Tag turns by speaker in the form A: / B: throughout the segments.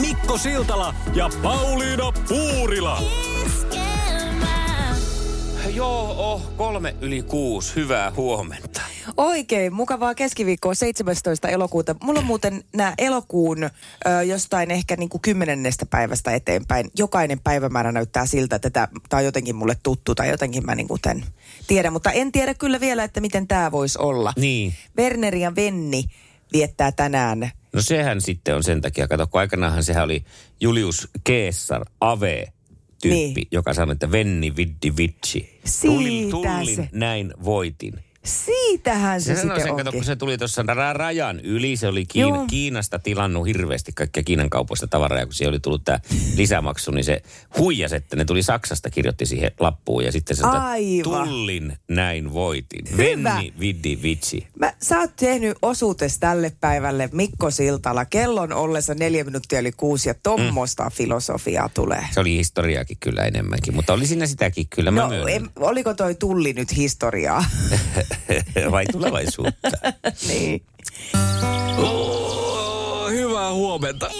A: Mikko Siltala ja Pauliina Puurila.
B: Joo, oh, kolme yli kuusi. Hyvää huomenta.
C: Oikein, mukavaa keskiviikkoa 17. elokuuta. Mulla on muuten nämä elokuun ö, jostain ehkä niin kuin kymmenennestä päivästä eteenpäin. Jokainen päivämäärä näyttää siltä, että tämä on jotenkin mulle tuttu tai jotenkin mä niin kuin tämän tiedän. Mutta en tiedä kyllä vielä, että miten tämä voisi olla.
B: Niin.
C: Werner ja Venni viettää tänään.
B: No sehän sitten on sen takia, kato, kun aikanaanhan sehän oli Julius Caesar Ave tyyppi,
C: Niin.
B: joka sanoi, että venni viddi vitsi.
C: Siitä
B: Tulin, tullin,
C: se.
B: näin voitin.
C: Siitähän se,
B: Se sanoi
C: sitten
B: sen,
C: onkin.
B: kato, kun se tuli tuossa ra- rajan yli, se oli Kiina,
C: Joo.
B: Kiinasta tilannut hirveästi kaikkia Kiinan kaupoista tavaraa, ja kun siihen oli tullut tämä lisämaksu, niin se huijas, että ne tuli Saksasta, kirjoitti siihen lappuun, ja sitten se sanoi,
C: Aivan.
B: tullin näin voitin.
C: Hyvä.
B: Venni, viddi, vitsi.
C: Mä, sä oot tehnyt osuutes tälle päivälle Mikko Siltala. Kellon ollessa neljä minuuttia yli kuusi ja tommosta mm. filosofiaa tulee.
B: Se oli historiaakin kyllä enemmänkin, mutta oli siinä sitäkin kyllä, mä
C: No,
B: no, myönnän.
C: em, oliko toi tulli nyt historiaa?
B: Vai tulevaisuutta?
C: niin.
A: Oh, Hyvää huomenta.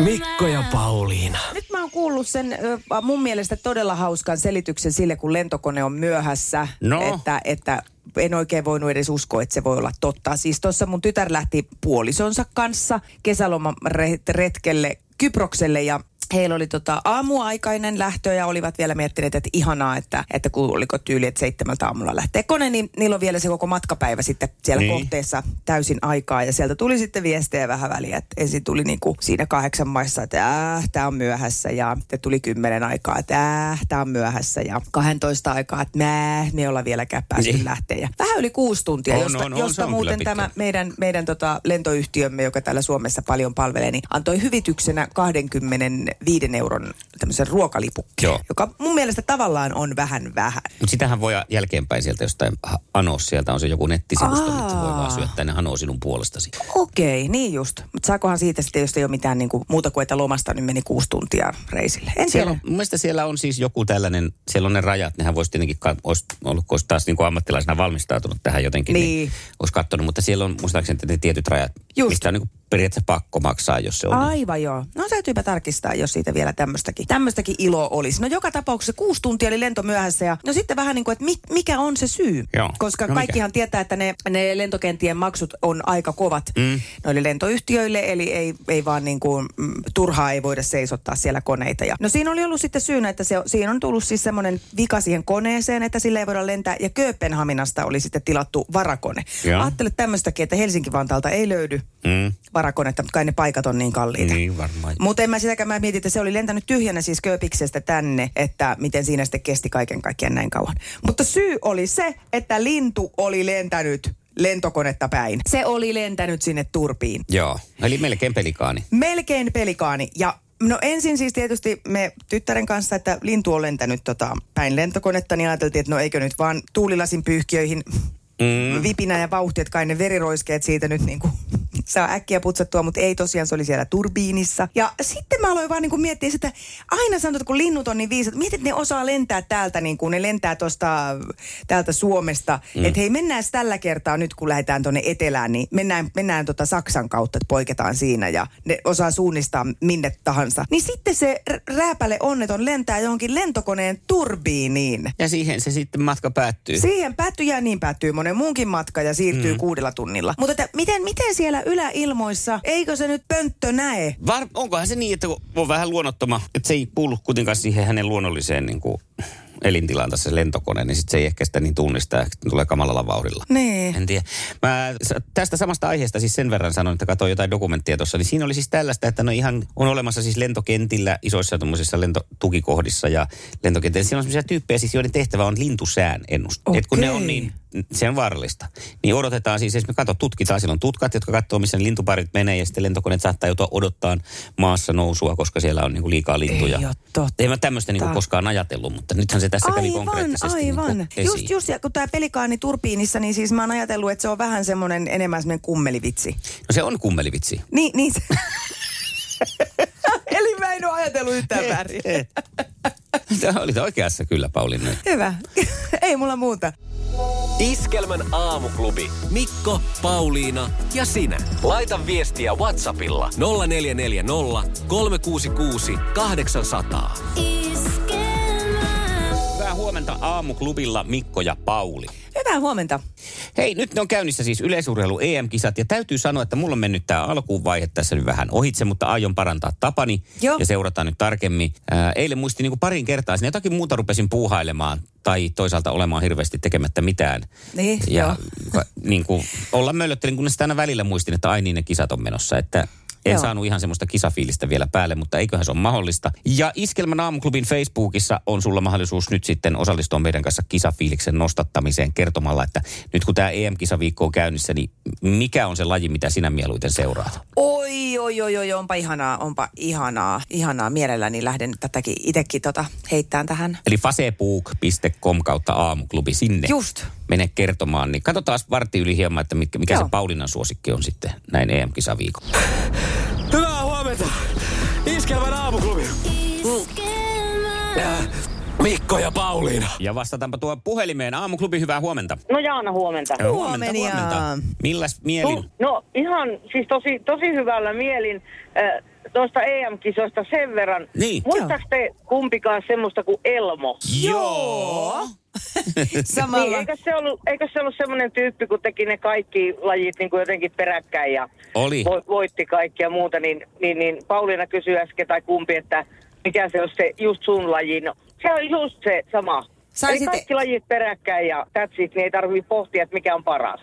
A: Mikko ja Pauliina.
C: Nyt mä oon kuullut sen ö, mun mielestä todella hauskan selityksen sille, kun lentokone on myöhässä.
B: No.
C: Että, että en oikein voinut edes uskoa, että se voi olla totta. Siis tuossa mun tytär lähti puolisonsa kanssa kesälomaretkelle Kyprokselle ja heillä oli tota aamuaikainen lähtö ja olivat vielä miettineet, että ihanaa, että, että kun oliko tyyli, että seitsemältä aamulla lähtee kone, niin niillä on vielä se koko matkapäivä sitten siellä
B: Niin.
C: niin. kohteessa täysin aikaa. Ja sieltä tuli sitten viestejä vähän väliä, että ensin tuli niinku siinä kahdeksan maissa, että äh, tämä on myöhässä ja sitten tuli kymmenen aikaa, että äh, tämä on myöhässä ja 12 aikaa, että mä, me ei olla vieläkään päästy
B: Niin.
C: niin. lähteä. Ja vähän yli kuusi tuntia,
B: On,
C: josta,
B: on, on, se
C: josta
B: on kyllä
C: muuten
B: pitkä.
C: tämä meidän, meidän tota lentoyhtiömme, joka täällä Suomessa paljon palvelee, niin antoi hyvityksenä 25 euron tämmöisen ruokalipukkeen,
B: Joo.
C: joka mun mielestä tavallaan on vähän vähän.
B: Mutta sitähän voi jälkeenpäin sieltä jostain ha- anos, sieltä on se joku nettisivusto,
C: Aa.
B: mistä voi vaan syöttää ne anoo sinun puolestasi.
C: Okei, niin just. Mutta saakohan siitä sitten, jos ei ole mitään niin kuin, muuta kuin, että lomasta nyt meni kuusi tuntia reisille. En
B: Siellä
C: tiedä.
B: on, mun mielestä siellä on siis joku tällainen, siellä on ne rajat, nehän voisi tietenkin, ka- olisi ollut, kun olisi taas niin kuin ammattilaisena valmistautunut tähän jotenkin, niin, niin
C: Niin.
B: olisi katsonut, mutta siellä on muistaakseni ne tietyt rajat, Just.
C: Just.
B: mistä on niin kuin periaatteessa pakko maksaa, jos se on.
C: Aivan joo. No täytyypä tarkistaa, jos siitä vielä tämmöistäkin, tämmöistäkin ilo olisi. No joka tapauksessa kuusi tuntia oli lento myöhässä ja no sitten vähän niin kuin, että mi, mikä on se syy?
B: Joo. No
C: Koska no
B: mikä?
C: kaikkihan tietää, että ne, ne lentokentien maksut on aika kovat mm. noille lentoyhtiöille, eli ei, ei vaan niin kuin, mm, turhaa ei voida seisottaa siellä koneita. Ja, no siinä oli ollut sitten syynä, että se, siinä on tullut siis semmoinen vika siihen koneeseen, että sillä ei voida lentää ja Kööpenhaminasta oli sitten tilattu varakone.
B: Joo.
C: Ajattele tämmöistäkin, että Helsinki-Vantaalta ei löydy
B: Mm.
C: varakonetta, mutta kai ne paikat on niin kalliita.
B: Niin varmaan.
C: Mutta en mä sitäkään, mä mietin, että se oli lentänyt tyhjänä siis Kööpiksestä tänne, että miten siinä sitten kesti kaiken kaikkiaan näin kauan. Mutta syy oli se, että lintu oli lentänyt lentokonetta päin. Se oli lentänyt sinne turpiin.
B: Joo, eli melkein pelikaani.
C: Melkein pelikaani. Ja no ensin siis tietysti me tyttären kanssa, että lintu on lentänyt tota, päin lentokonetta, niin ajateltiin, että no eikö nyt vaan tuulilasin pyyhkiöihin mm. vipinä ja vauhti, että kai ne veriroiskeet siitä nyt niin kuin saa äkkiä putsattua, mutta ei tosiaan, se oli siellä turbiinissa. Ja sitten mä aloin vaan niin kuin miettiä sitä, aina sanotaan, että kun linnut on niin viisat, mietit, että ne osaa lentää täältä niin kuin ne lentää tuosta täältä Suomesta. Mm. Että hei, mennään tällä kertaa nyt, kun lähdetään tuonne etelään, niin mennään, mennään tota Saksan kautta, että poiketaan siinä ja ne osaa suunnistaa minne tahansa. Niin sitten se r- rääpäle onneton lentää johonkin lentokoneen turbiiniin.
B: Ja siihen se sitten matka päättyy.
C: Siihen päättyy ja niin päättyy monen muunkin matka ja siirtyy mm. kuudella tunnilla. Mutta että miten, miten siellä yläilmoissa, eikö se nyt pönttö näe?
B: Var, onkohan se niin, että kun on vähän luonnottoma, että se ei kuulu kuitenkaan siihen hänen luonnolliseen niin kuin, elintilaan tässä se lentokone, niin sitten se ei ehkä sitä niin tunnista, ehkä tulee kamalalla vauhdilla.
C: Niin.
B: En tiedä. Mä s- tästä samasta aiheesta siis sen verran sanon, että katsoin jotain dokumenttia tuossa, niin siinä oli siis tällaista, että no ihan on olemassa siis lentokentillä isoissa tuommoisissa lentotukikohdissa ja lentokentillä. Siinä on sellaisia tyyppejä siis, joiden tehtävä on lintusään ennuste. Okay. Et kun ne on
C: Okei.
B: niin se on vaarallista. Niin odotetaan siis, esimerkiksi kato, tutkitaan, silloin tutkat, jotka katsoo, missä ne lintuparit menee, ja sitten lentokoneet saattaa joutua odottaa maassa nousua, koska siellä on niinku liikaa lintuja.
C: Ei oo totta.
B: En mä tämmöistä niinku koskaan ajatellut, mutta nythän se tässä kävi konkreettisesti
C: aivan.
B: Niinku esiin.
C: just, just, ja kun tämä pelikaani turbiinissa, niin siis mä oon ajatellut, että se on vähän semmoinen enemmän semmoinen kummelivitsi.
B: No se on kummelivitsi.
C: Niin, niin se. Eli mä en oo ajatellut yhtään väärin.
B: Tämä olit oikeassa kyllä, Pauliina.
C: Hyvä. Ei mulla muuta.
D: Iskelmän aamuklubi.
A: Mikko, Pauliina ja sinä.
D: Laita viestiä Whatsappilla
A: 0440 366 800.
B: Hyvää huomenta aamuklubilla Mikko ja Pauli.
C: Hyvää huomenta.
B: Hei, nyt ne on käynnissä siis yleisurheilu EM-kisat ja täytyy sanoa, että mulla on mennyt tämä alkuun vaihe tässä nyt vähän ohitse, mutta aion parantaa tapani
C: Joo.
B: ja seurataan nyt tarkemmin. Ää, eilen muistin niin parin kertaa, sinne jotakin muuta rupesin puuhailemaan tai toisaalta olemaan hirveästi tekemättä mitään.
C: Niin,
B: ja
C: joo.
B: ka- niin kuin, olla möllöttelin, kunnes sitä aina välillä muistin, että ai niin ne kisat on menossa, että en
C: Joo.
B: saanut ihan semmoista kisafiilistä vielä päälle, mutta eiköhän se ole mahdollista. Ja Iskelmän aamuklubin Facebookissa on sulla mahdollisuus nyt sitten osallistua meidän kanssa kisafiiliksen nostattamiseen kertomalla, että nyt kun tämä EM-kisaviikko on käynnissä, niin mikä on se laji, mitä sinä mieluiten seuraat?
C: Oi, oi, oi, oi, onpa ihanaa, onpa ihanaa, ihanaa. Mielelläni lähden tätäkin itsekin tota, heittämään tähän.
B: Eli facebook.com kautta aamuklubi sinne.
C: Just.
B: Mene kertomaan, niin katsotaan vartti yli hieman, että mikä, mikä se
C: Joo.
B: Paulinan suosikki on sitten näin E EM-kisaviikolla.
A: Hyvää huomenta. Iskelmän aamuklubi. Äh, Mikko ja Pauliina.
B: Ja vastataanpa tuo puhelimeen. Aamuklubi, hyvää huomenta.
E: No Jaana, huomenta.
C: Huomenia. Oh,
B: Milläs mielin?
E: No ihan siis tosi, tosi hyvällä mielin äh, tuosta EM-kisoista sen verran.
B: Niin.
E: Muistaaks te kumpikaan semmoista kuin Elmo?
B: Joo.
E: Niin,
C: Samalla.
E: eikö se ollut, eikö se ollut semmoinen tyyppi, kun teki ne kaikki lajit niin kuin jotenkin peräkkäin ja
B: Oli.
E: vo, voitti kaikki ja muuta, niin, niin, niin Pauliina kysyi äsken tai kumpi, että mikä se on se just sun laji. No, se on just se sama.
C: Sai
E: Eli
C: sitten-
E: kaikki lajit peräkkäin ja that's it, niin ei tarvitse pohtia, että mikä on paras.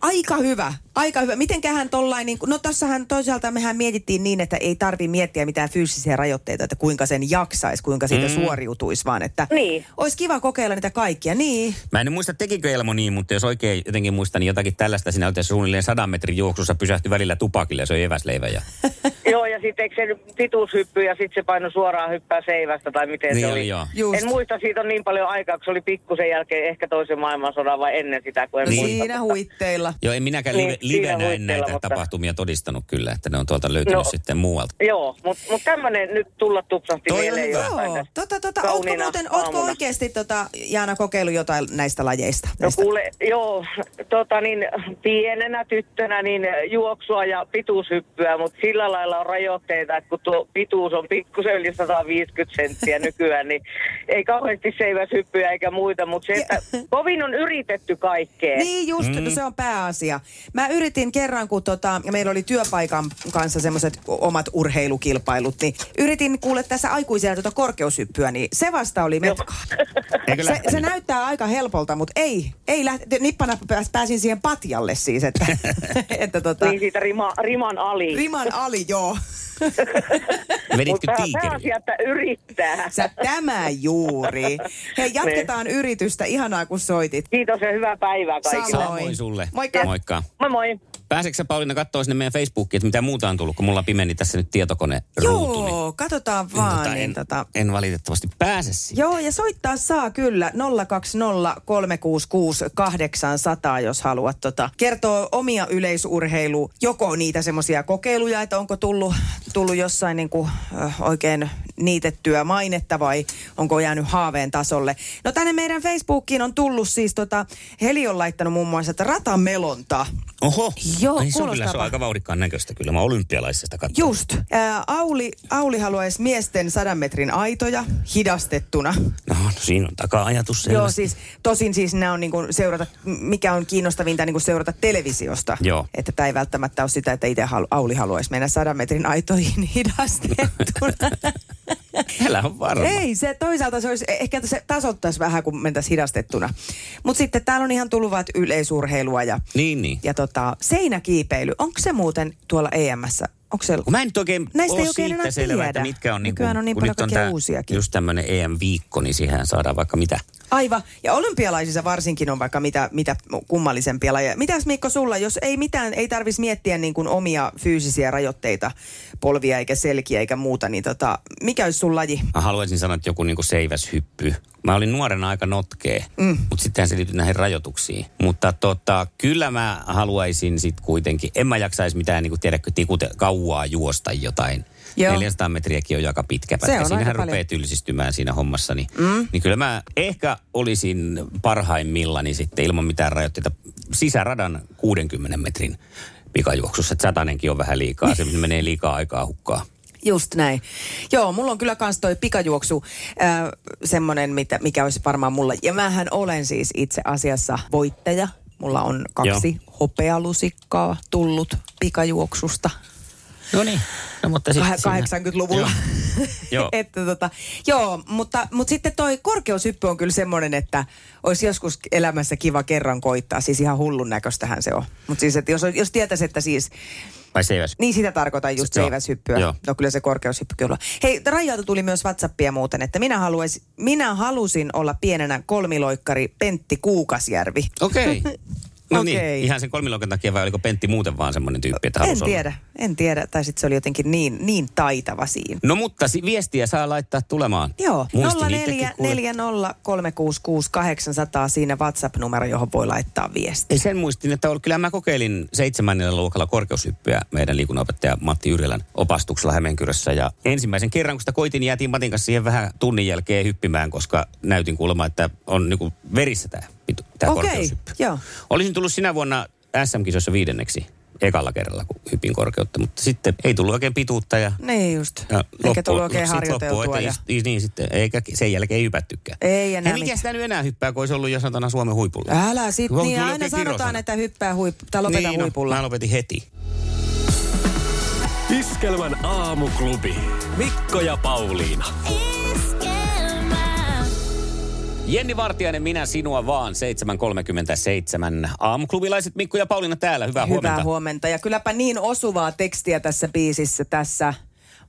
C: Aika hyvä, aika hyvä. Mitenköhän tollain, niin, kuin- no tässähän toisaalta mehän mietittiin niin, että ei tarvi miettiä mitään fyysisiä rajoitteita, että kuinka sen jaksaisi, kuinka siitä
B: Mm.
C: suoriutuisi, vaan että
E: Niin.
C: olisi kiva kokeilla niitä kaikkia. Niin,
B: Mä en nyt muista, tekikö Elmo niin, mutta jos oikein jotenkin muistan, niin jotakin tällaista siinä oli suunnilleen sadan metrin juoksussa pysähtyi välillä tupakille ja se oli eväsleivä. Ja...
E: Joo, ja sitten eikö se titushyppy ja sitten se paino suoraan hyppää seivästä tai miten
B: Niin
E: se
B: oli,
E: oli.
B: joo.
C: Just.
E: En muista, siitä on niin paljon aikaa, kun se oli pikkusen jälkeen ehkä toisen maailmansodan vai ennen sitä, kun en
B: Niin.
E: muista.
C: siinä huitteilla.
B: Joo, en minäkään
E: Niin,
B: live,
E: siinä
B: livenä en
E: huitteilla,
B: näitä
E: mutta-
B: tapahtumia todistanut kyllä, että ne on tuolta löytynyt
E: No.
B: sitten muualta.
E: Joo, mutta mut tämmöinen nyt tulla tupsahti
B: Toi on
E: mieleen
B: hyvä.
E: jostain
C: Joo.
E: tästä
C: Tota, tota, ootko,
E: kauniina
C: muuten, ootko
E: aamuna.
C: oikeasti tota, Jaana kokeillut jotain näistä lajeista?
E: No
C: Näistä?
E: kuule, joo, tota niin, pienenä tyttönä niin juoksua ja pituushyppyä, mutta sillä lailla on rajoitteita, että kun tuo pituus on pikkusen yli 150 senttiä nykyään, niin ei kauheasti seiväshyppyjä eikä muita, mutta se, että kovin on yritetty kaikkea.
C: Niin just, mm. no se on pääasia. Mä yritin kerran, kun tota, meillä oli työpaikan kanssa semmoiset omat urheilukilpailut, niin yritin kuulla tässä aikuisena tuota korkeushyppyä, niin se vasta oli metkaa.
B: Eikö
C: Se,
B: lähtenyt?
C: se näyttää aika helpolta, mutta ei, ei lähte, nippana pääs, pääsin siihen patjalle siis, että, että tota,
E: Niin siitä rima, riman ali.
C: riman ali, joo.
B: Veditkö
E: Mutta
B: tiikeriä?
E: pääasia, että yrittää.
C: Sä tämä juuri. Hei, jatketaan yritystä. Ihanaa, kun soitit.
E: Kiitos ja hyvää päivää kaikille.
C: Samoin.
B: Samoin sulle.
C: Moikka.
B: Moikka.
E: Moi moi.
B: Pääseekö sä, Pauliina katsoa sinne meidän Facebookiin, että mitä muuta on tullut, kun mulla pimeni tässä nyt tietokone ruutu. niin-
C: Joo, katsotaan vaan.
B: Tota, en,
C: niin, tota,
B: en valitettavasti pääse siihen.
C: Joo, ja soittaa saa kyllä 020 366 800, jos haluat tota, kertoa omia yleisurheilu, joko niitä semmoisia kokeiluja, että onko tullut, tullut jossain niin kuin, oikein niitettyä mainetta vai onko jäänyt haaveen tasolle. No tänne meidän Facebookiin on tullut siis, tota, Heli on laittanut muun muassa, että ratamelonta.
B: Oho,
C: Joo,
B: Ai, se on kyllä se
C: kuulostaapa.
B: on aika vauhdikkaan näköistä kyllä. Mä olympialaisesta katsoin.
C: Just. Ää, Auli, Auli haluaisi miesten sadan metrin aitoja hidastettuna.
B: No, no siinä on taka-ajatus
C: Joo,
B: selvästi.
C: siis tosin siis nämä on niin kuin seurata, mikä on kiinnostavinta niin kuin seurata televisiosta.
B: Joo.
C: Että tämä ei välttämättä ole sitä, että itse halu, Auli haluaisi mennä sadan metrin aitoihin hidastettuna.
B: Älä on varma.
C: ei, se toisaalta se olisi, ehkä se tasoittaisi vähän, kun mentäisiin hidastettuna. Mutta sitten täällä on ihan tullut vaan että yleisurheilua ja,
B: Niin, niin.
C: ja tota, seinäkiipeily. Onko se muuten tuolla E EMssä? Onko se
B: Kun mä en nyt oikein
C: Näistä
B: ole
C: ei oikein
B: siitä
C: enää
B: selvä,
C: tiedä.
B: että mitkä on, niinku,
C: Nykyään on niin
B: kun
C: paljon
B: nyt on
C: kaikkea
B: tää
C: uusiakin.
B: just tämmöinen EM-viikko, niin siihen saadaan vaikka mitä.
C: Aivan. Ja olympialaisissa varsinkin on vaikka mitä, mitä kummallisempia lajeja. Mitäs Mikko sulla, jos ei mitään, ei tarvitsisi miettiä niin kuin omia fyysisiä rajoitteita, polvia eikä selkiä eikä muuta, niin tota, mikä olisi sun laji?
B: Mä haluaisin sanoa, että joku niinku seiväshyppy, Mä olin nuorena aika notkee, mm. mutta sittenhän se liittyy näihin rajoituksiin. Mutta tota, kyllä mä haluaisin sitten kuitenkin, en mä jaksaisi mitään, niin kuin tiedätkö, tikute, kauaa juosta jotain.
C: Joo.
B: Joo. 400 metriäkin on jo aika pitkä
C: Se
B: pätkä.
C: on
B: Siinähän
C: aika paljon.
B: rupeaa tylsistymään siinä hommassa. Niin, mm. niin kyllä mä ehkä olisin parhaimmillani sitten ilman mitään rajoitteita sisäradan 60 metrin pikajuoksussa. Et Satanenkin on vähän liikaa, se menee liikaa aikaa hukkaa.
C: Just näin. Joo, mulla on kyllä kans toi pikajuoksu äh, semmonen, mitä, mikä olisi varmaan mulla. Ja mähän olen siis itse asiassa voittaja. Mulla on kaksi Joo. hopealusikkaa tullut pikajuoksusta
B: No niin, no, mutta
C: Kah-
B: sitten...
C: 80-luvulla.
B: Joo.
C: että tota, joo, mutta, mutta sitten toi korkeushyppy on kyllä semmoinen, että olisi joskus elämässä kiva kerran koittaa. Siis ihan hullun näköistähän se on. Mutta siis, että jos, on- jos tietäisi, että siis
B: Vai seiväs?
C: niin sitä tarkoitan just
B: Se- joo,
C: seiväshyppyä.
B: joo.
C: No kyllä se korkeushyppy kyllä. Hei, Raijalta tuli myös Whatsappia muuten, että minä, haluais, minä halusin olla pienenä kolmiloikkari Pentti Kuukasjärvi.
B: Okei. No niin,
C: Okei.
B: ihan sen kolmiloikan takia vai oliko Pentti muuten vaan semmoinen tyyppi, että
C: En
B: halusi
C: tiedä, en tiedä. Tai sitten se oli jotenkin niin, niin taitava siinä.
B: Olla. No mutta si- viestiä saa laittaa tulemaan.
C: Joo,
B: Muistin itsekin, kuule.
C: 044 siinä WhatsApp-numero, johon voi laittaa viesti.
B: Ei sen muistin, että ol- kyllä mä kokeilin seitsemännellä luokalla korkeushyppyä meidän liikunnanopettaja Matti Yrjälän opastuksella Hämeenkyrössä. Ja ensimmäisen kerran, kun sitä koitin, niin jäätiin Matin kanssa siihen vähän tunnin jälkeen hyppimään, koska näytin kuulemma, että on niinku verissä tämä tää
C: Okei,
B: korkeushyppy.
C: joo.
B: Olisin tullut sinä vuonna SM-kisoissa viidenneksi ekalla kerralla, kun hypin korkeutta, mutta sitten ei tullut oikein pituutta ja
C: Niin just.
B: Ja
C: Eikä tullut oikein
B: sit
C: harjoiteltua.
B: että
C: Ja...
B: ist- niin sitten, eikä sen jälkeen ei hypättykään.
C: Ei
B: Hei,
C: enää
B: mikä
C: mitään.
B: sitä nyt enää hyppää, kun olisi ollut jo satana Suomen huipulla?
C: Älä sit,
B: Kun on
C: niin
B: kyllä
C: aina
B: oikein
C: sanotaan,
B: kirosana.
C: että hyppää huip, tai lopeta
B: niin,
C: huipulla.
B: No, mä lopetin heti.
D: Iskelmän aamuklubi. Mikko ja Pauliina.
B: Jenni Vartiainen, minä sinua vaan, 7.37. Aamuklubilaiset Mikko ja Pauliina täällä, hyvää, huomenta.
C: Hyvää huomenta. Ja kylläpä niin osuvaa tekstiä tässä biisissä tässä.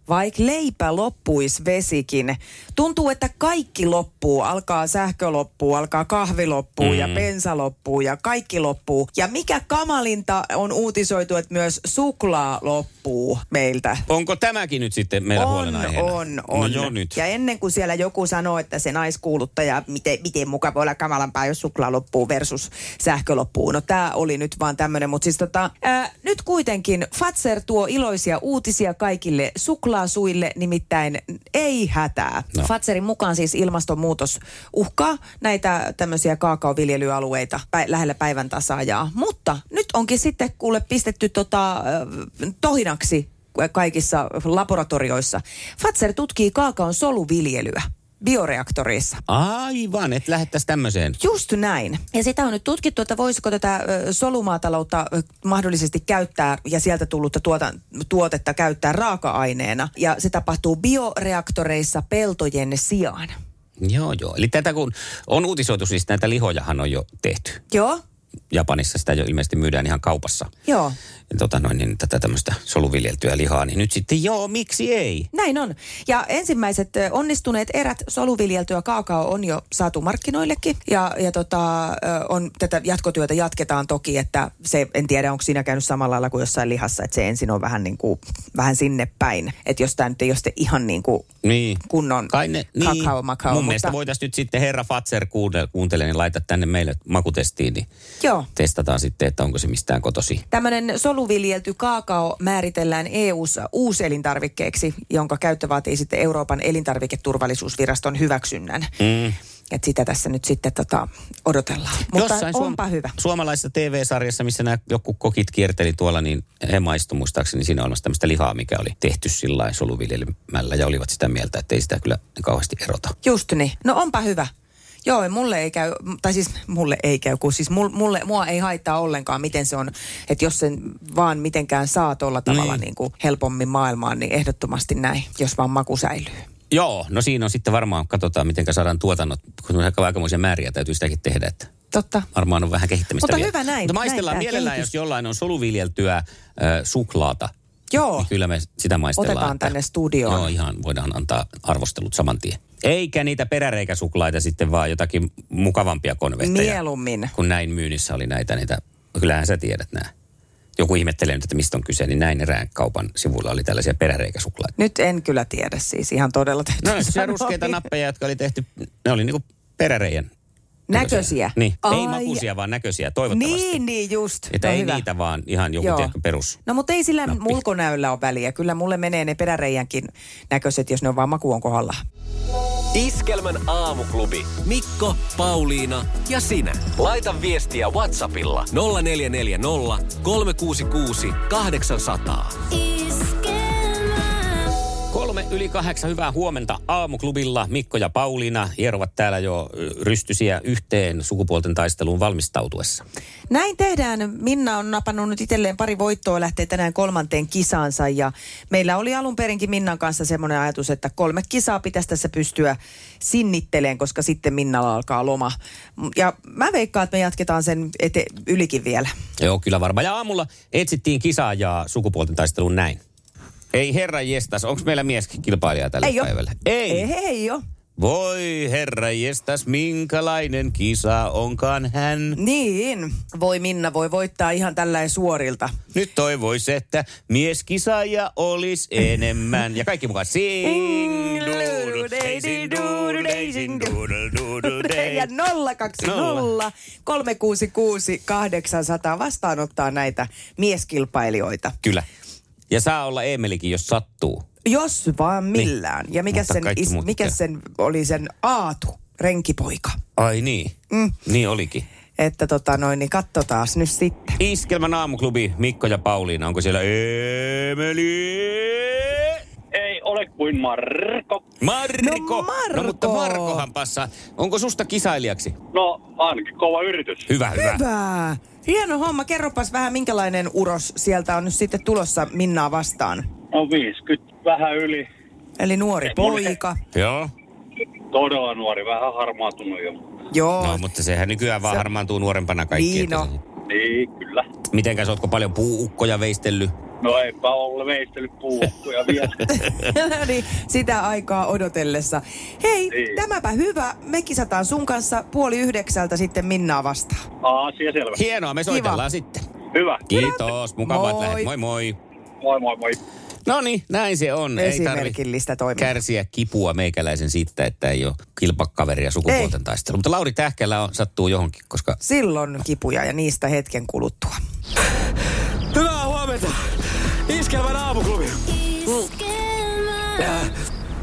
C: Vaik leipä loppuis vesikin. Tuntuu, että kaikki loppuu. Alkaa sähkö loppuu, alkaa kahvi loppuu mm. ja bensa loppuu ja kaikki loppuu. Ja mikä kamalinta on uutisoitu, että myös suklaa loppuu meiltä.
B: Onko tämäkin nyt sitten meillä
C: On,
B: huolenaiheena?
C: on, on.
B: No jo nyt.
C: Ja ennen kuin siellä joku sanoo, että se naiskuuluttaja, miten, miten mukava olla kamalampaa, jos suklaa loppuu versus sähkö loppuu. No tämä oli nyt vaan tämmöinen, mutta siis tota, ää, nyt kuitenkin Fatser tuo iloisia uutisia kaikille suklaasuille, nimittäin ei hätää. No. Fatserin mukaan siis ilmastonmuutos uhkaa näitä tämmöisiä kaakaoviljelyalueita pä- lähellä päivän tasaajaa. Mutta nyt onkin sitten kuule pistetty tota, äh, tohinaksi kaikissa laboratorioissa. Fatser tutkii kaakaon soluviljelyä bioreaktoreissa.
B: Aivan, et lähettäisi tämmöiseen.
C: Just näin. Ja sitä on nyt tutkittu, että voisiko tätä ö, solumaataloutta ö, mahdollisesti käyttää ja sieltä tullutta tuota, tuotetta käyttää raaka-aineena. Ja se tapahtuu bioreaktoreissa peltojen sijaan.
B: Joo, joo. Eli tätä kun on uutisoitu, siis näitä lihojahan on jo tehty.
C: Joo,
B: Japanissa sitä jo ilmeisesti myydään ihan kaupassa.
C: joo.
B: Ja tota noin, niin tätä tämmöistä soluviljeltyä lihaa, niin nyt sitten joo, miksi ei?
C: Näin on. Ja ensimmäiset ö, onnistuneet erät soluviljeltyä kaakao on jo saatu markkinoillekin. Ja, ja tota, ö, on, tätä jatkotyötä jatketaan toki, että se, en tiedä onko siinä käynyt samalla lailla kuin jossain lihassa, että se ensin on vähän, niin kuin, vähän sinne päin. Että jos tämä nyt ei ole sitten ihan niin kuin
B: Niin.
C: kunnon
B: Kai ne, niin.
C: kakao makao.
B: Mun mielestä voitaisiin nyt sitten herra Fatser kuunte- kuuntelee, niin laita tänne meille makutestiin, niin
C: Joo.
B: testataan sitten, että onko se mistään kotosi.
C: Tämmöinen soluviljelty kaakao määritellään EU-ssa uuselintarvikkeeksi, jonka käyttö vaatii sitten Euroopan elintarviketurvallisuusviraston hyväksynnän. Mm. Et sitä tässä nyt sitten tota, odotellaan. Mutta
B: Jossain
C: onpa hyvä.
B: Suomalaisessa TV-sarjassa, missä nämä joku kokit kierteli tuolla, niin he maistu muistaakseni siinä olemassa tämmöistä lihaa, mikä oli tehty sillä lailla soluviljelmällä ja olivat sitä mieltä, että ei sitä kyllä kauheasti erota.
C: Just niin. No onpa hyvä. Joo, ja mulle ei käy, tai siis mulle ei käy, kun siis mul- mulle, mua ei haittaa ollenkaan, miten se on, että jos sen vaan mitenkään saa tuolla tavalla niin. Niin kuin helpommin maailmaan, niin ehdottomasti näin, jos vaan maku säilyy.
B: Joo, no siinä on sitten varmaan, katsotaan miten saadaan tuotannot, kun on aika aikamoisia määriä täytyy sitäkin tehdä, että
C: Totta.
B: varmaan on vähän kehittämistä
C: Mutta
B: vielä.
C: hyvä näin,
B: Mutta maistellaan
C: näin tää
B: mielellään,
C: kehitys.
B: jos jollain on soluviljeltyä äh, suklaata,
C: Joo.
B: niin kyllä me sitä maistellaan.
C: Oh. Otetaan tänne studioon.
B: Joo, ihan voidaan antaa arvostelut saman tien. Eikä niitä peräreikäsuklaita sitten, vaan jotakin mukavampia konvehtajia.
C: Mieluummin.
B: Kun näin myynnissä oli näitä, niitä, kyllähän sä tiedät nämä. Joku ihmettelee nyt, että mistä on kyse, niin näin erään kaupan sivulla oli tällaisia peräreikäsuklaita.
C: Nyt en kyllä tiedä siis ihan todella täytyy
B: No, se
C: sanoa.
B: ruskeita nappeja, jotka oli tehty, ne oli niinku peräreijän.
C: Näköisiä.
B: Niin, Ai. ei
C: Ai-
B: makuisia, vaan näköisiä, toivottavasti.
C: Niin, niin just.
B: Että
C: No
B: ei
C: hyvä.
B: niitä vaan ihan joku
C: Joo.
B: tiedätkö, perus.
C: No mutta ei sillä
B: Nappi.
C: ulkonäöllä ole väliä. Kyllä mulle menee ne peräreijänkin näköiset, jos ne on vaan makuun kohdalla.
A: Iskelmän aamuklubi. Mikko, Pauliina ja sinä. Laita viestiä Whatsappilla 0440 366 800.
F: Iskelmä.
B: Kolme yli kahdeksan, hyvää huomenta aamuklubilla. Mikko ja Pauliina hierovat täällä jo ö, rystysiä yhteen sukupuolten taisteluun valmistautuessa.
C: Näin tehdään. Minna on napannut nyt itselleen pari voittoa lähtee tänään kolmanteen kisaansa. Ja meillä oli alun perinkin Minnan kanssa semmoinen ajatus, että kolme kisaa pitäisi tässä pystyä sinnitteleen, koska sitten Minnalla alkaa loma. Ja mä veikkaan, että me jatketaan sen ete- ylikin vielä.
B: Joo, kyllä varmaan. Ja aamulla etsittiin kisaajaa sukupuolten taisteluun näin. Ei herra jestas, onko meillä mieskilpailija tällä
C: Ei oo.
B: päivällä? Ei.
C: Ei, ei ole.
B: Voi herra jestas, minkälainen kisa onkaan hän.
C: Niin. Voi Minna, voi voittaa ihan tällä suorilta.
B: Nyt toivoisi, että mieskisaaja olisi enemmän. Ja kaikki mukaan sing, doodle, daisy, doodle, daisy, doodle, doodle, daisy.
C: Ja 020
B: Nolla.
C: 366 800 vastaanottaa näitä mieskilpailijoita.
B: Kyllä. Ja saa olla Eemelikin, jos sattuu.
C: Jos vaan millään. Ja mikä
B: Niin. Mutta
C: sen,
B: kaikki
C: is,
B: muut
C: mikä
B: tykkää.
C: sen oli sen Aatu, renkipoika.
B: Ai niin. Mm. Niin olikin.
C: Että tota noin, niin katsotaan nyt sitten.
B: Iskelmän aamuklubi, Mikko ja Pauliina. Onko siellä Eemeli?
G: Ei ole kuin Marko.
B: Marko.
C: No, Marko.
B: no mutta Markohan passaa. Onko susta kisailijaksi?
G: No, ainakin kova yritys.
B: Hyvä, hyvä.
C: Hyvä. Hieno homma. Kerropas vähän, minkälainen uros sieltä on nyt sitten tulossa Minnaa vastaan.
G: No 50, vähän yli.
C: Eli nuori poika.
B: Joo.
G: Todella nuori, vähän harmaatunut jo.
C: Joo.
B: No, mutta sehän nykyään vaan harmaantuu nuorempana kaikki.
C: Niin
B: että
C: on.
B: se-
G: Niin, kyllä.
B: Mitenkäs, ootko paljon puuukkoja veistellyt?
G: No eipä ole veistellyt puukkuja vielä.
C: No niin, sitä aikaa odotellessa. Hei,
G: Niin.
C: tämäpä hyvä. Me kisataan sun kanssa puoli yhdeksältä sitten Minnaa vastaan.
G: Asia selvä.
B: Hienoa, me soitellaan sitten.
G: Hyvä.
B: Kiitos, mukavat
C: Moi.
B: lähet. Moi moi.
G: Moi moi moi.
B: No niin, näin se on. Ei tarvitse
C: Esimerkillistä toimintaa.
B: kärsiä kipua meikäläisen siitä, että ei ole kilpakaveria sukupuolten taistelu. Mutta Lauri Tähkälä on, sattuu johonkin, koska
C: Silloin kipuja ja niistä hetken kuluttua.
A: Hyvää huomenta. Iskelmän aamuklubi.
F: Iskelmä.
A: Äh,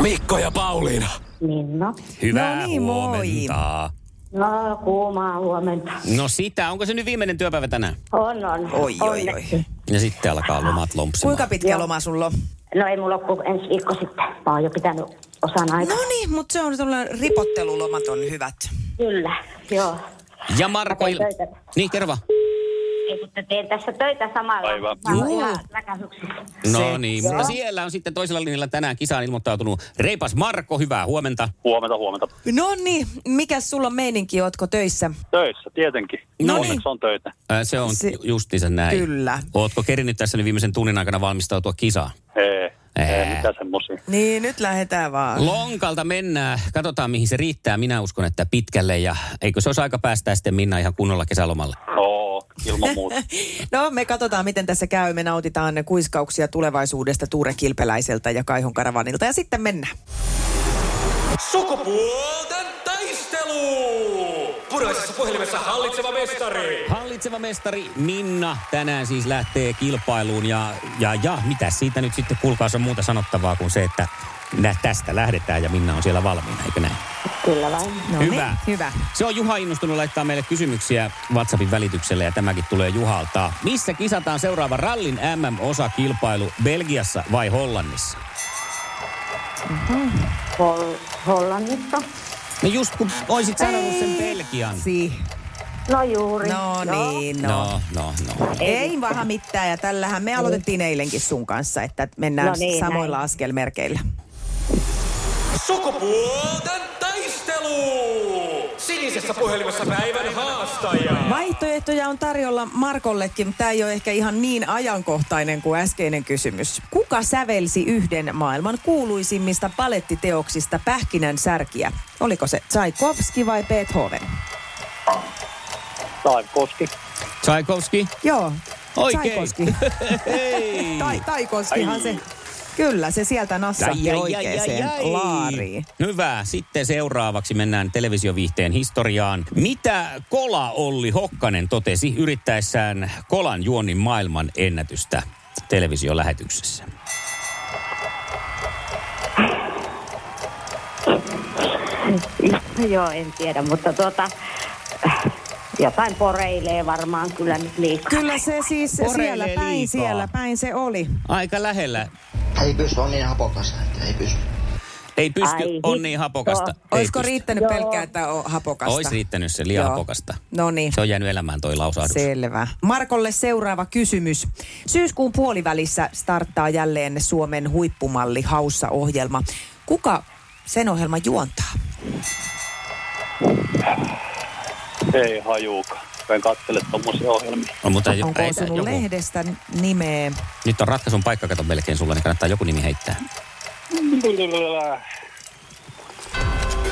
A: Mikko ja Pauliina.
H: Minna.
B: hyvää
C: No niin, moi.
B: huomenta.
H: No, kuumaa huomenta.
B: No sitä, onko se nyt viimeinen työpäivä tänään?
H: On, on.
C: Oi, oi, oi.
H: Onneksi.
B: Ja sitten alkaa lomat lompsimaan.
C: Kuinka pitkä loma sulla on?
H: No ei mulla ole kuin ensi viikko sitten. Mä oon jo pitänyt osan aikaa.
C: No niin, mutta se on sellainen ripottelulomat on hyvät.
H: Kyllä, joo.
B: Ja Marko...
H: Mä teen
B: Il...
H: töitä.
B: Niin, kerva.
H: Ei, mutta teen tässä töitä samalla.
G: Aivan.
H: Mä oon
B: Juu.
H: ihan läkähyksissä.
B: No niin, mutta siellä on sitten toisella linjalla tänään kisaan ilmoittautunut Reipas Marko, hyvää huomenta.
G: Huomenta, huomenta.
C: No niin, mikä sulla on meininki, ootko töissä?
G: Töissä, tietenkin.
B: No
G: Onneksi
C: niin.
G: on töitä.
B: Ää, se on
C: Se-
B: se... justiinsa näin.
C: Kyllä.
B: Ootko kerinyt tässä nyt viimeisen tunnin aikana valmistautua kisaan?
G: Ei, ei
B: Ää.
G: mitään semmosia.
C: Niin, nyt lähdetään vaan.
B: Lonkalta mennään, katsotaan mihin se riittää. Minä uskon, että pitkälle ja eikö se olisi aika päästää sitten Minna ihan kunnolla kesälomalle?
G: Oo, ilman muuta.
C: No, me katsotaan, miten tässä käy. Me nautitaan kuiskauksia tulevaisuudesta Tuure Kilpeläiseltä ja Kaihon Karavanilta ja sitten mennään.
A: Sukupuolten taistelu! Puraisessa puhelimessa hallitseva mestari.
B: Hallitseva mestari Minna tänään siis lähtee kilpailuun ja, ja, ja mitä siitä nyt sitten kuulkaas on muuta sanottavaa kuin se, että nä, tästä lähdetään ja Minna on siellä valmiina, eikö näin?
H: Kyllä vain.
C: No
B: Hyvä.
C: Niin, hyvä.
B: Se on Juha innostunut laittaa meille kysymyksiä WhatsAppin välityksellä ja tämäkin tulee Juhalta. Missä kisataan seuraava rallin MM-osakilpailu, Belgiassa vai Hollannissa?
H: Hol- Hollannista.
B: No just kun oisit sanonut sen
C: Ei.
B: Belgian.
C: Si.
H: No juuri.
C: No niin, no.
B: No, no, no.
C: Ei vaha mitään ja tällähän me aloitettiin eilenkin sun kanssa, että mennään no
H: No niin,
C: samoilla
H: näin.
C: askelmerkeillä.
A: Sukupuolten taistelu! Sinisessä puhelimessa päivän haastaja.
C: Vaihtoehtoja on tarjolla Markollekin, mutta tämä ei ole ehkä ihan niin ajankohtainen kuin äskeinen kysymys. Kuka sävelsi yhden maailman kuuluisimmista palettiteoksista Pähkinän särkiä? Oliko se Tchaikovsky vai Beethoven?
G: Taivekoski.
B: Tchaikovsky?
C: Joo,
B: Oikein.
C: Tchaikovsky.
B: Hei.
C: tai, Taikoskihan se. Kyllä, se sieltä nassahti oikeeseen laariin.
B: Hyvä. Sitten seuraavaksi mennään televisioviihteen historiaan. Mitä Kola Olli Hokkanen totesi yrittäessään Kolan juonnin maailman ennätystä televisiolähetyksessä?
H: Joo, en tiedä, mutta tuota, jotain poreilee varmaan kyllä nyt liikaa.
C: Kyllä se siis
B: Poreilee
C: siellä päin,
B: liikaa.
C: siellä päin se oli.
B: Aika lähellä.
I: Ei pysty, on niin hapokasta, että ei pysty.
B: Ei pysty,
H: Ai
B: on niin
H: hitto.
B: hapokasta. Ei
C: Olisiko
B: pysty.
C: riittänyt
H: Joo.
C: pelkkää, että on hapokasta?
B: Ois riittänyt se liian
C: Joo.
B: hapokasta.
C: No niin.
B: Se on jäänyt elämään toi lausahdus.
C: Selvä. Markolle seuraava kysymys. Syyskuun puolivälissä starttaa jälleen Suomen huippumalli haussa ohjelma. Kuka sen ohjelman juontaa?
G: Ei hajuukaan. Mä en katsele tommosia ohjelmia.
B: No, mutta jo-
C: Onko
B: ei-
C: osunut
B: joku-
C: lehdestä nimeä?
B: Nyt on ratkaisun paikka, kato melkein sulla, niin kannattaa joku nimi heittää.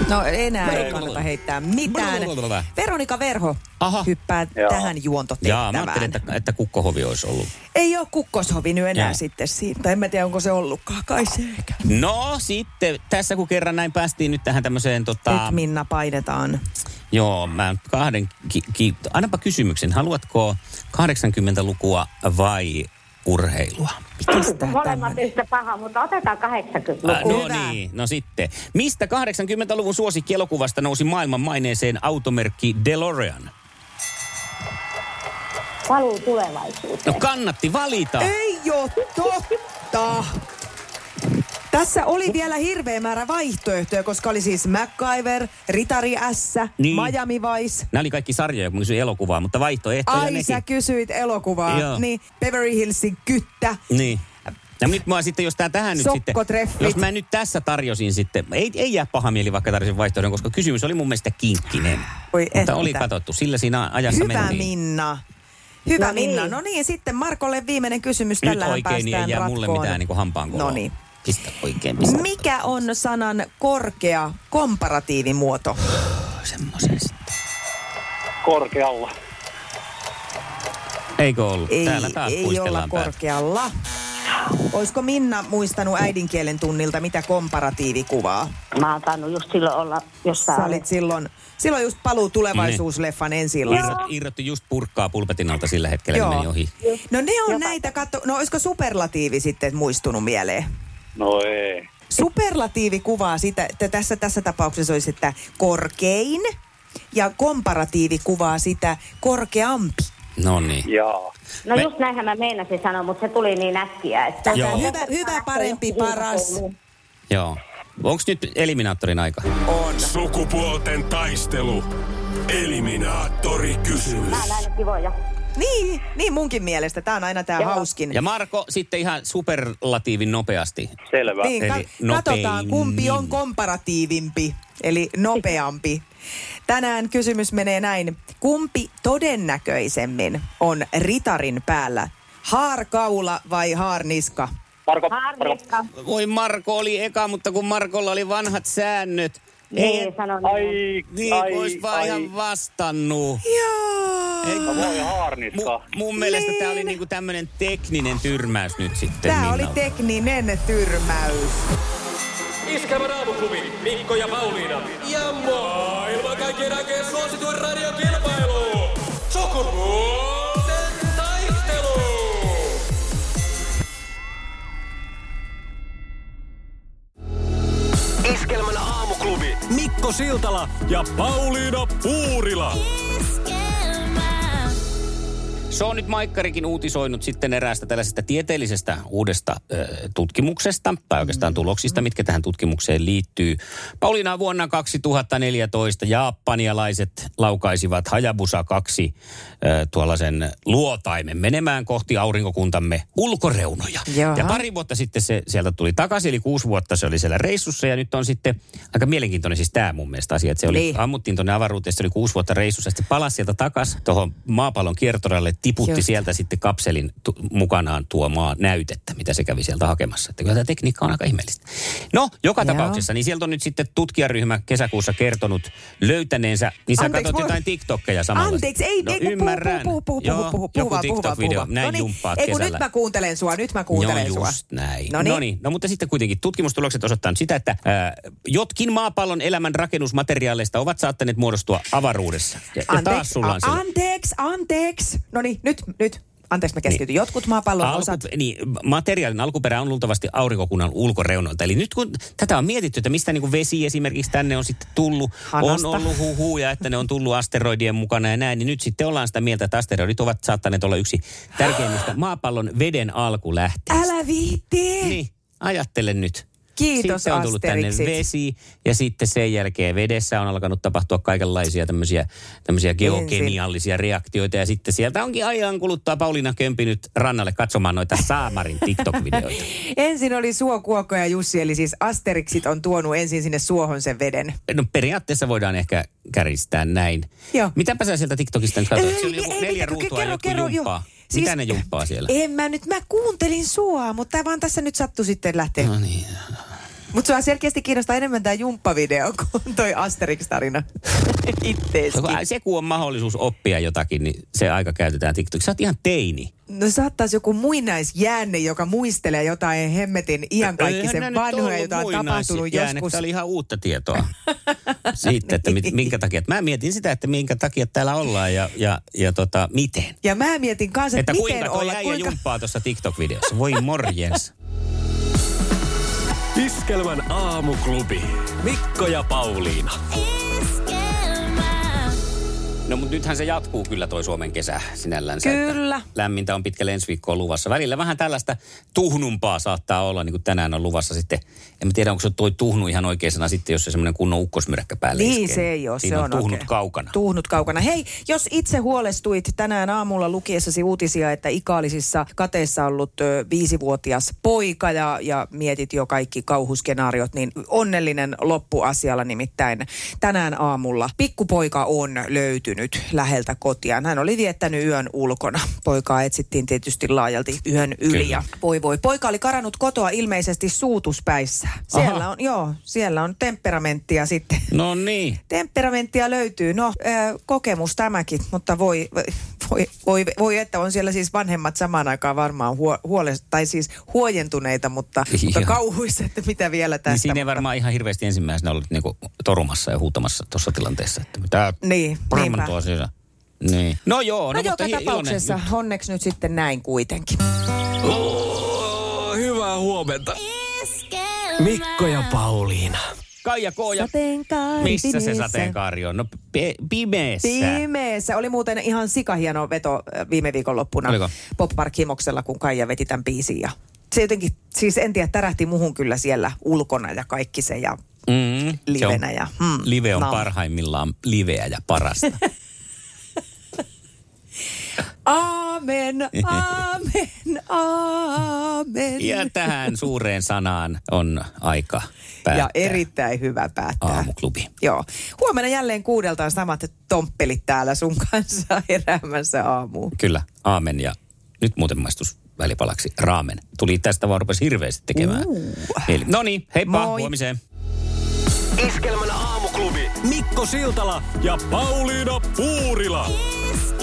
C: No enää ei kannata heittää mitään.
B: Blablabla.
C: Veronika Verho
B: Aha.
C: hyppää
G: Joo.
B: Jaa,
C: tähän
B: mä ajattelin,
C: juontotehtävään.
B: että, että kukkohovi olisi ollut.
C: Ei ole kukkoshovi nyt enää
B: Joo.
C: sitten siitä. Tai En mä tiedä, onko se ollutkaan. Kai se ehkä.
B: No sitten, tässä kun kerran näin päästiin nyt tähän tämmöiseen tota...
C: Nyt Minna painetaan.
B: Joo, mä kahden... Ki, ki, annapa kysymyksen, haluatko 80-lukua vai urheilua?
C: Mitäs tää
H: Molemmat
C: tämmönen?
H: yhtä paha, mutta otetaan 80-luku.
B: Äh, no
C: Hyvä.
B: niin, no sitten. Mistä 80-luvun suosikkielokuvasta nousi maailman maineeseen automerkki DeLorean?
H: Paluu tulevaisuuteen.
B: No kannatti valita.
C: Ei oo totta! Tässä oli vielä hirveä määrä vaihtoehtoja, koska oli siis MacGyver, Ritari S,
B: Niin.
C: Miami Vice.
B: Nämä oli kaikki sarjoja, kun mä kysyin elokuvaa, mutta vaihtoehtoja
C: Ai
B: nekin.
C: sä kysyit elokuvaa.
B: Joo.
C: Niin, Beverly Hillsin kyttä.
B: Niin. Ja nyt mä sitten, jos tää tähän nyt sitten,
C: Sokkotreffit.
B: jos mä nyt tässä tarjosin sitten, ei, ei jää paha mieli vaikka tarjosin vaihtoehdon, koska kysymys oli mun mielestä kinkkinen.
C: Voi
B: Mutta
C: että.
B: oli katsottu, sillä siinä ajassa niin.
C: Hyvä
B: mentiin.
C: Minna. Hyvä no
H: No niin.
C: Minna. No niin, sitten Markolle viimeinen kysymys.
B: nyt
C: Tällä
B: oikein niin ei
C: päästään
B: jää
C: ratkoon.
B: mulle mitään niin hampaan
C: No niin.
B: Pistä oikein, pistä.
C: Mikä on sanan korkea komparatiivimuoto?
B: Semmoisen sitten.
G: Korkealla.
B: Eikö ollut?
C: Ei,
B: Täällä taas
C: ei olla
B: puistellaan päätä.
C: korkealla. Olisiko Minna muistanut äidinkielen tunnilta, mitä komparatiivi kuvaa?
H: Mä oon tainnut just silloin olla jossain.
C: Sä olit silloin, silloin just paluu
B: Niin.
C: tulevaisuusleffan ensi
B: Irrot, irrotti just purkkaa pulpetin alta sillä hetkellä,
C: Joo.
B: kun meni ohi.
C: No ne on näitä, katso, no olisiko superlatiivi sitten muistunut mieleen?
G: No ei.
C: Superlatiivi kuvaa sitä, että tässä, tässä tapauksessa olisi, että korkein, ja komparatiivi kuvaa sitä korkeampi.
B: No niin.
G: Jaa.
H: No
B: Me-
H: just näinhän mä meinasin sanoa, mutta se tuli niin äkkiä, että...
B: Joo.
H: Tässä
C: Hyvä- hyvä,
H: lähtee
C: parempi,
H: johonkin
C: paras.
H: iltakouluun.
B: Joo. Onko nyt eliminaattorin aika?
D: Sukupuolten taistelu. Eliminaattori kysymys.
H: Tää on aina kivoja.
C: Niin, niin munkin mielestä. Tämä on aina tämä
H: Joo.
C: hauskin.
B: Ja Marko sitten ihan superlatiivin nopeasti.
G: Selvä.
C: Niin,
B: Eli
C: ka- katsotaan
B: nopeimmin.
C: kumpi on komparatiivimpi, eli nopeampi. Tänään kysymys menee näin. Kumpi todennäköisemmin on ritarin päällä? Haarkaula vai haarniska?
G: Marko, Marko.
H: Harrikka.
B: Voi Marko oli eka, mutta kun Markolla oli vanhat säännöt, ei,
H: Niin, sanon.
G: Ai,
B: niin
G: ai,
B: olisi vaan
G: ai.
B: ihan vastannut.
C: Joo.
B: Ei,
G: No voi
B: mu,
G: haarniska.
B: mun mielestä tämä oli
C: Niin.
B: niinku tämmönen tekninen tyrmäys nyt sitten
C: Tämä oli
B: Minnalta.
C: tekninen tyrmäys.
A: Iskävän aamuklubi, Mikko ja Pauliina. Ja maailman kaikkien aikeen suosituen radiokilpailu. Sukupuolten taistelu.
D: Iskelmän aamuklubi. Mikko Siltala ja Pauliina Puurila.
B: Se on nyt Maikkarikin uutisoinut sitten eräästä tällaisesta tieteellisestä uudesta ö, tutkimuksesta, tai oikeastaan tuloksista, mitkä tähän tutkimukseen liittyy. Pauliina vuonna 2014 japanialaiset laukaisivat Hayabusa 2 ö, tuollaisen luotaimen menemään kohti aurinkokuntamme ulkoreunoja.
C: Jaha.
B: Ja pari vuotta sitten se sieltä tuli takaisin, eli kuusi vuotta se oli siellä reissussa, ja nyt on sitten aika mielenkiintoinen siis tämä mun mielestä asia, että se oli
C: Niin.
B: ammuttiin tuonne avaruuteen, se oli kuusi vuotta reissussa, sitten palasi sieltä takaisin tuohon maapallon kiertoralle tiputti
C: Just.
B: Just. sieltä sitten kapselin tu- mukanaan tuomaa näytettä, mitä se kävi sieltä hakemassa. Että kyllä tämä tekniikka on aika ihmeellistä. No, joka
C: Joo.
B: Joo. tapauksessa, niin sieltä on nyt sitten tutkijaryhmä kesäkuussa kertonut löytäneensä, niin sä
C: Anteeksi,
B: katsot
C: voi-
B: jotain TikTokkeja samalla.
C: Anteeksi, ei,
B: no,
C: ei, kun
B: ymmärrän.
C: puhu, puhu, puhu, puhu,
B: Joo,
C: puhu,
B: joku
C: puhu, vaan, puhu, vaan, puhu,
B: TikTok-video,
C: vaan.
B: näin
C: Noniin,
B: jumppaat
C: ei, kun
B: kesällä.
C: nyt mä kuuntelen sua, nyt mä kuuntelen
B: Joo,
C: sua.
B: just näin.
C: Noniin.
B: No niin. No mutta sitten kuitenkin tutkimustulokset osoittaa nyt sitä, että ää, jotkin maapallon elämän rakennusmateriaaleista ovat saattaneet muodostua avaruudessa. Ja, ja taas
C: Anteeksi,
B: sulla on
C: a-
B: se.
C: anteeksi, anteeksi. No niin, nyt, nyt. Anteeksi, mä keskityn. Jotkut maapallon osat.
B: Niin. Alku, niin, materiaalin alkuperä on luultavasti aurinkokunnan ulkoreunoilta. Eli nyt kun tätä on mietitty, että mistä niin kuin vesi esimerkiksi tänne on sitten tullut,
C: Hanasta.
B: on ollut huhuja, että ne on tullut asteroidien mukana ja näin, niin nyt sitten ollaan sitä mieltä, että asteroidit ovat saattaneet olla yksi tärkeimmistä maapallon veden alkulähteistä.
C: Älä viitti.
B: Niin, ajattele nyt.
C: Kiitos,
B: Sitten on tullut
C: asteriksit.
B: tänne vesi ja sitten sen jälkeen vedessä on alkanut tapahtua kaikenlaisia tämmöisiä, tämmöisiä geokemiallisia reaktioita. Ja sitten sieltä onkin ajan kuluttaa Pauliina Kömpi nyt rannalle katsomaan noita Saamarin TikTok-videoita.
C: Ensin oli suo, kuokko ja Jussi, eli siis asteriksit on tuonut ensin sinne suohon sen veden.
B: No periaatteessa voidaan ehkä kärjistää näin.
C: Joo.
B: Mitäpä sä sieltä TikTokista nyt katsoit? Siellä oli joku
C: ei,
B: neljä
C: mitä-
B: ruutua ja jotkut jumppaa.
C: joo.
B: Siis... Mitä ne jumppaa siellä?
C: En mä nyt, mä kuuntelin sua, mutta vaan tässä nyt sattui sitten lähteä.
B: No niin.
C: Mutta sua selkeästi kiinnostaa enemmän tämä jumppavideo kuin toi Asterix-tarina
B: No kun
C: itteeskin.
B: Se kun on mahdollisuus oppia jotakin, niin se aika käytetään TikTokissa. Sä oot ihan teini.
C: No saattaisi joku muinaisjäänne, joka muistelee jotain hemmetin iankaikkisen
B: Eihän nää nyt
C: vanhoja,
B: ollut
C: jota on
B: muinaisia
C: tapahtunut
B: jäännettä,
C: joskus.
B: Tämä oli ihan uutta tietoa siitä, että mit, minkä takia. Mä mietin sitä, että minkä takia täällä ollaan ja, ja, ja tota, miten.
C: Ja mä mietin kanssa, että,
B: Että
C: miten
B: kuinka toi
C: olla,
B: äijä
C: kuinka...
B: jumppaa tuossa TikTok-videossa. Voi morjens.
D: Iskelmän aamuklubi. Mikko ja Pauliina.
F: Iskelmää.
B: No mutta nythän se jatkuu kyllä toi Suomen kesä sinällään.
C: Kyllä.
B: Lämmintä on pitkälle ensi viikkoon luvassa. Välillä vähän tällaista tuhnumpaa saattaa olla, niin kuin tänään on luvassa sitten. En mä tiedä, onko se toi tuhnu ihan oikea sana sitten, jos se semmoinen kunnon ukkosmyräkkä päälle
C: Niin
B: iskee.
C: se ei ole,
B: Siinä
C: se
B: on,
C: on
B: tuhnut
C: oikein.
B: kaukana.
C: Tuhnut kaukana. Hei, jos itse huolestuit tänään aamulla lukiessasi uutisia, että ikaalisissa kateissa ollut ö, viisivuotias poika ja, ja mietit jo kaikki kauhuskenaariot, niin onnellinen loppu asialla nimittäin tänään aamulla. Pikkupoika on löytynyt läheltä kotiaan. Hän oli viettänyt yön ulkona. Poikaa etsittiin tietysti laajalti yön yli
B: Kyllä.
C: ja voi voi. Poika oli karannut kotoa ilmeisesti suutuspäissä. Siellä on, joo, siellä on temperamenttia sitten
B: No niin.
C: temperamenttia löytyy. No, ö, kokemus tämäkin, mutta voi, voi, voi, voi, että on siellä siis vanhemmat samaan aikaan varmaan huo, huolest, tai siis huojentuneita, mutta, mutta
B: Joo.
C: kauhuissa, että mitä vielä tästä.
B: Niin siinä ei varmaan ihan hirveästi ensimmäisenä ollut niinku torumassa ja huutamassa tuossa tilanteessa, että mitä
C: Niin, niinpä.
B: promman tuo sisään. Niin. No joo, no,
C: No,
B: no mutta
C: joka
B: hi- iloinen.
C: tapauksessa onneksi nyt sitten näin kuitenkin.
A: Oh, hyvää huomenta.
F: Iskelmää.
D: Mikko ja Pauliina.
B: Kaija K. ja
C: Sateenkaari
B: missä se
C: pimeässä.
B: sateenkaari on? No pe- pimeessä.
C: Pimeessä. Oli muuten ihan sikahieno veto ö, viime viikonloppuna
B: Oliko?
C: Pop Park Himoksella, kun Kaija veti tämän biisin. Ja se jotenkin, siis en tiedä, tärähti muhun kyllä siellä ulkona ja kaikki se ja
B: mm, se on-
C: livenä ja, mm,
B: live on
C: naama.
B: parhaimmillaan liveä ja parasta.
C: Aamen, aamen, aamen.
B: ja tähän suureen sanaan on aika päättää
C: ja erittäin hyvä päättää.
B: aamuklubi.
C: Joo. Huomenna jälleen kuudelta on samat tomppelit täällä sun kanssa heräämässä aamuun.
B: Kyllä, aamen ja nyt muuten maistus välipalaksi raamen. Tuli tästä vaan rupesi hirveästi tekemään. Uh. No niin, heippa,
C: Moi.
B: Moi. huomiseen.
D: Iskelmän aamuklubi. Mikko Siltala ja Pauliina Puurila.
F: Iskelmää.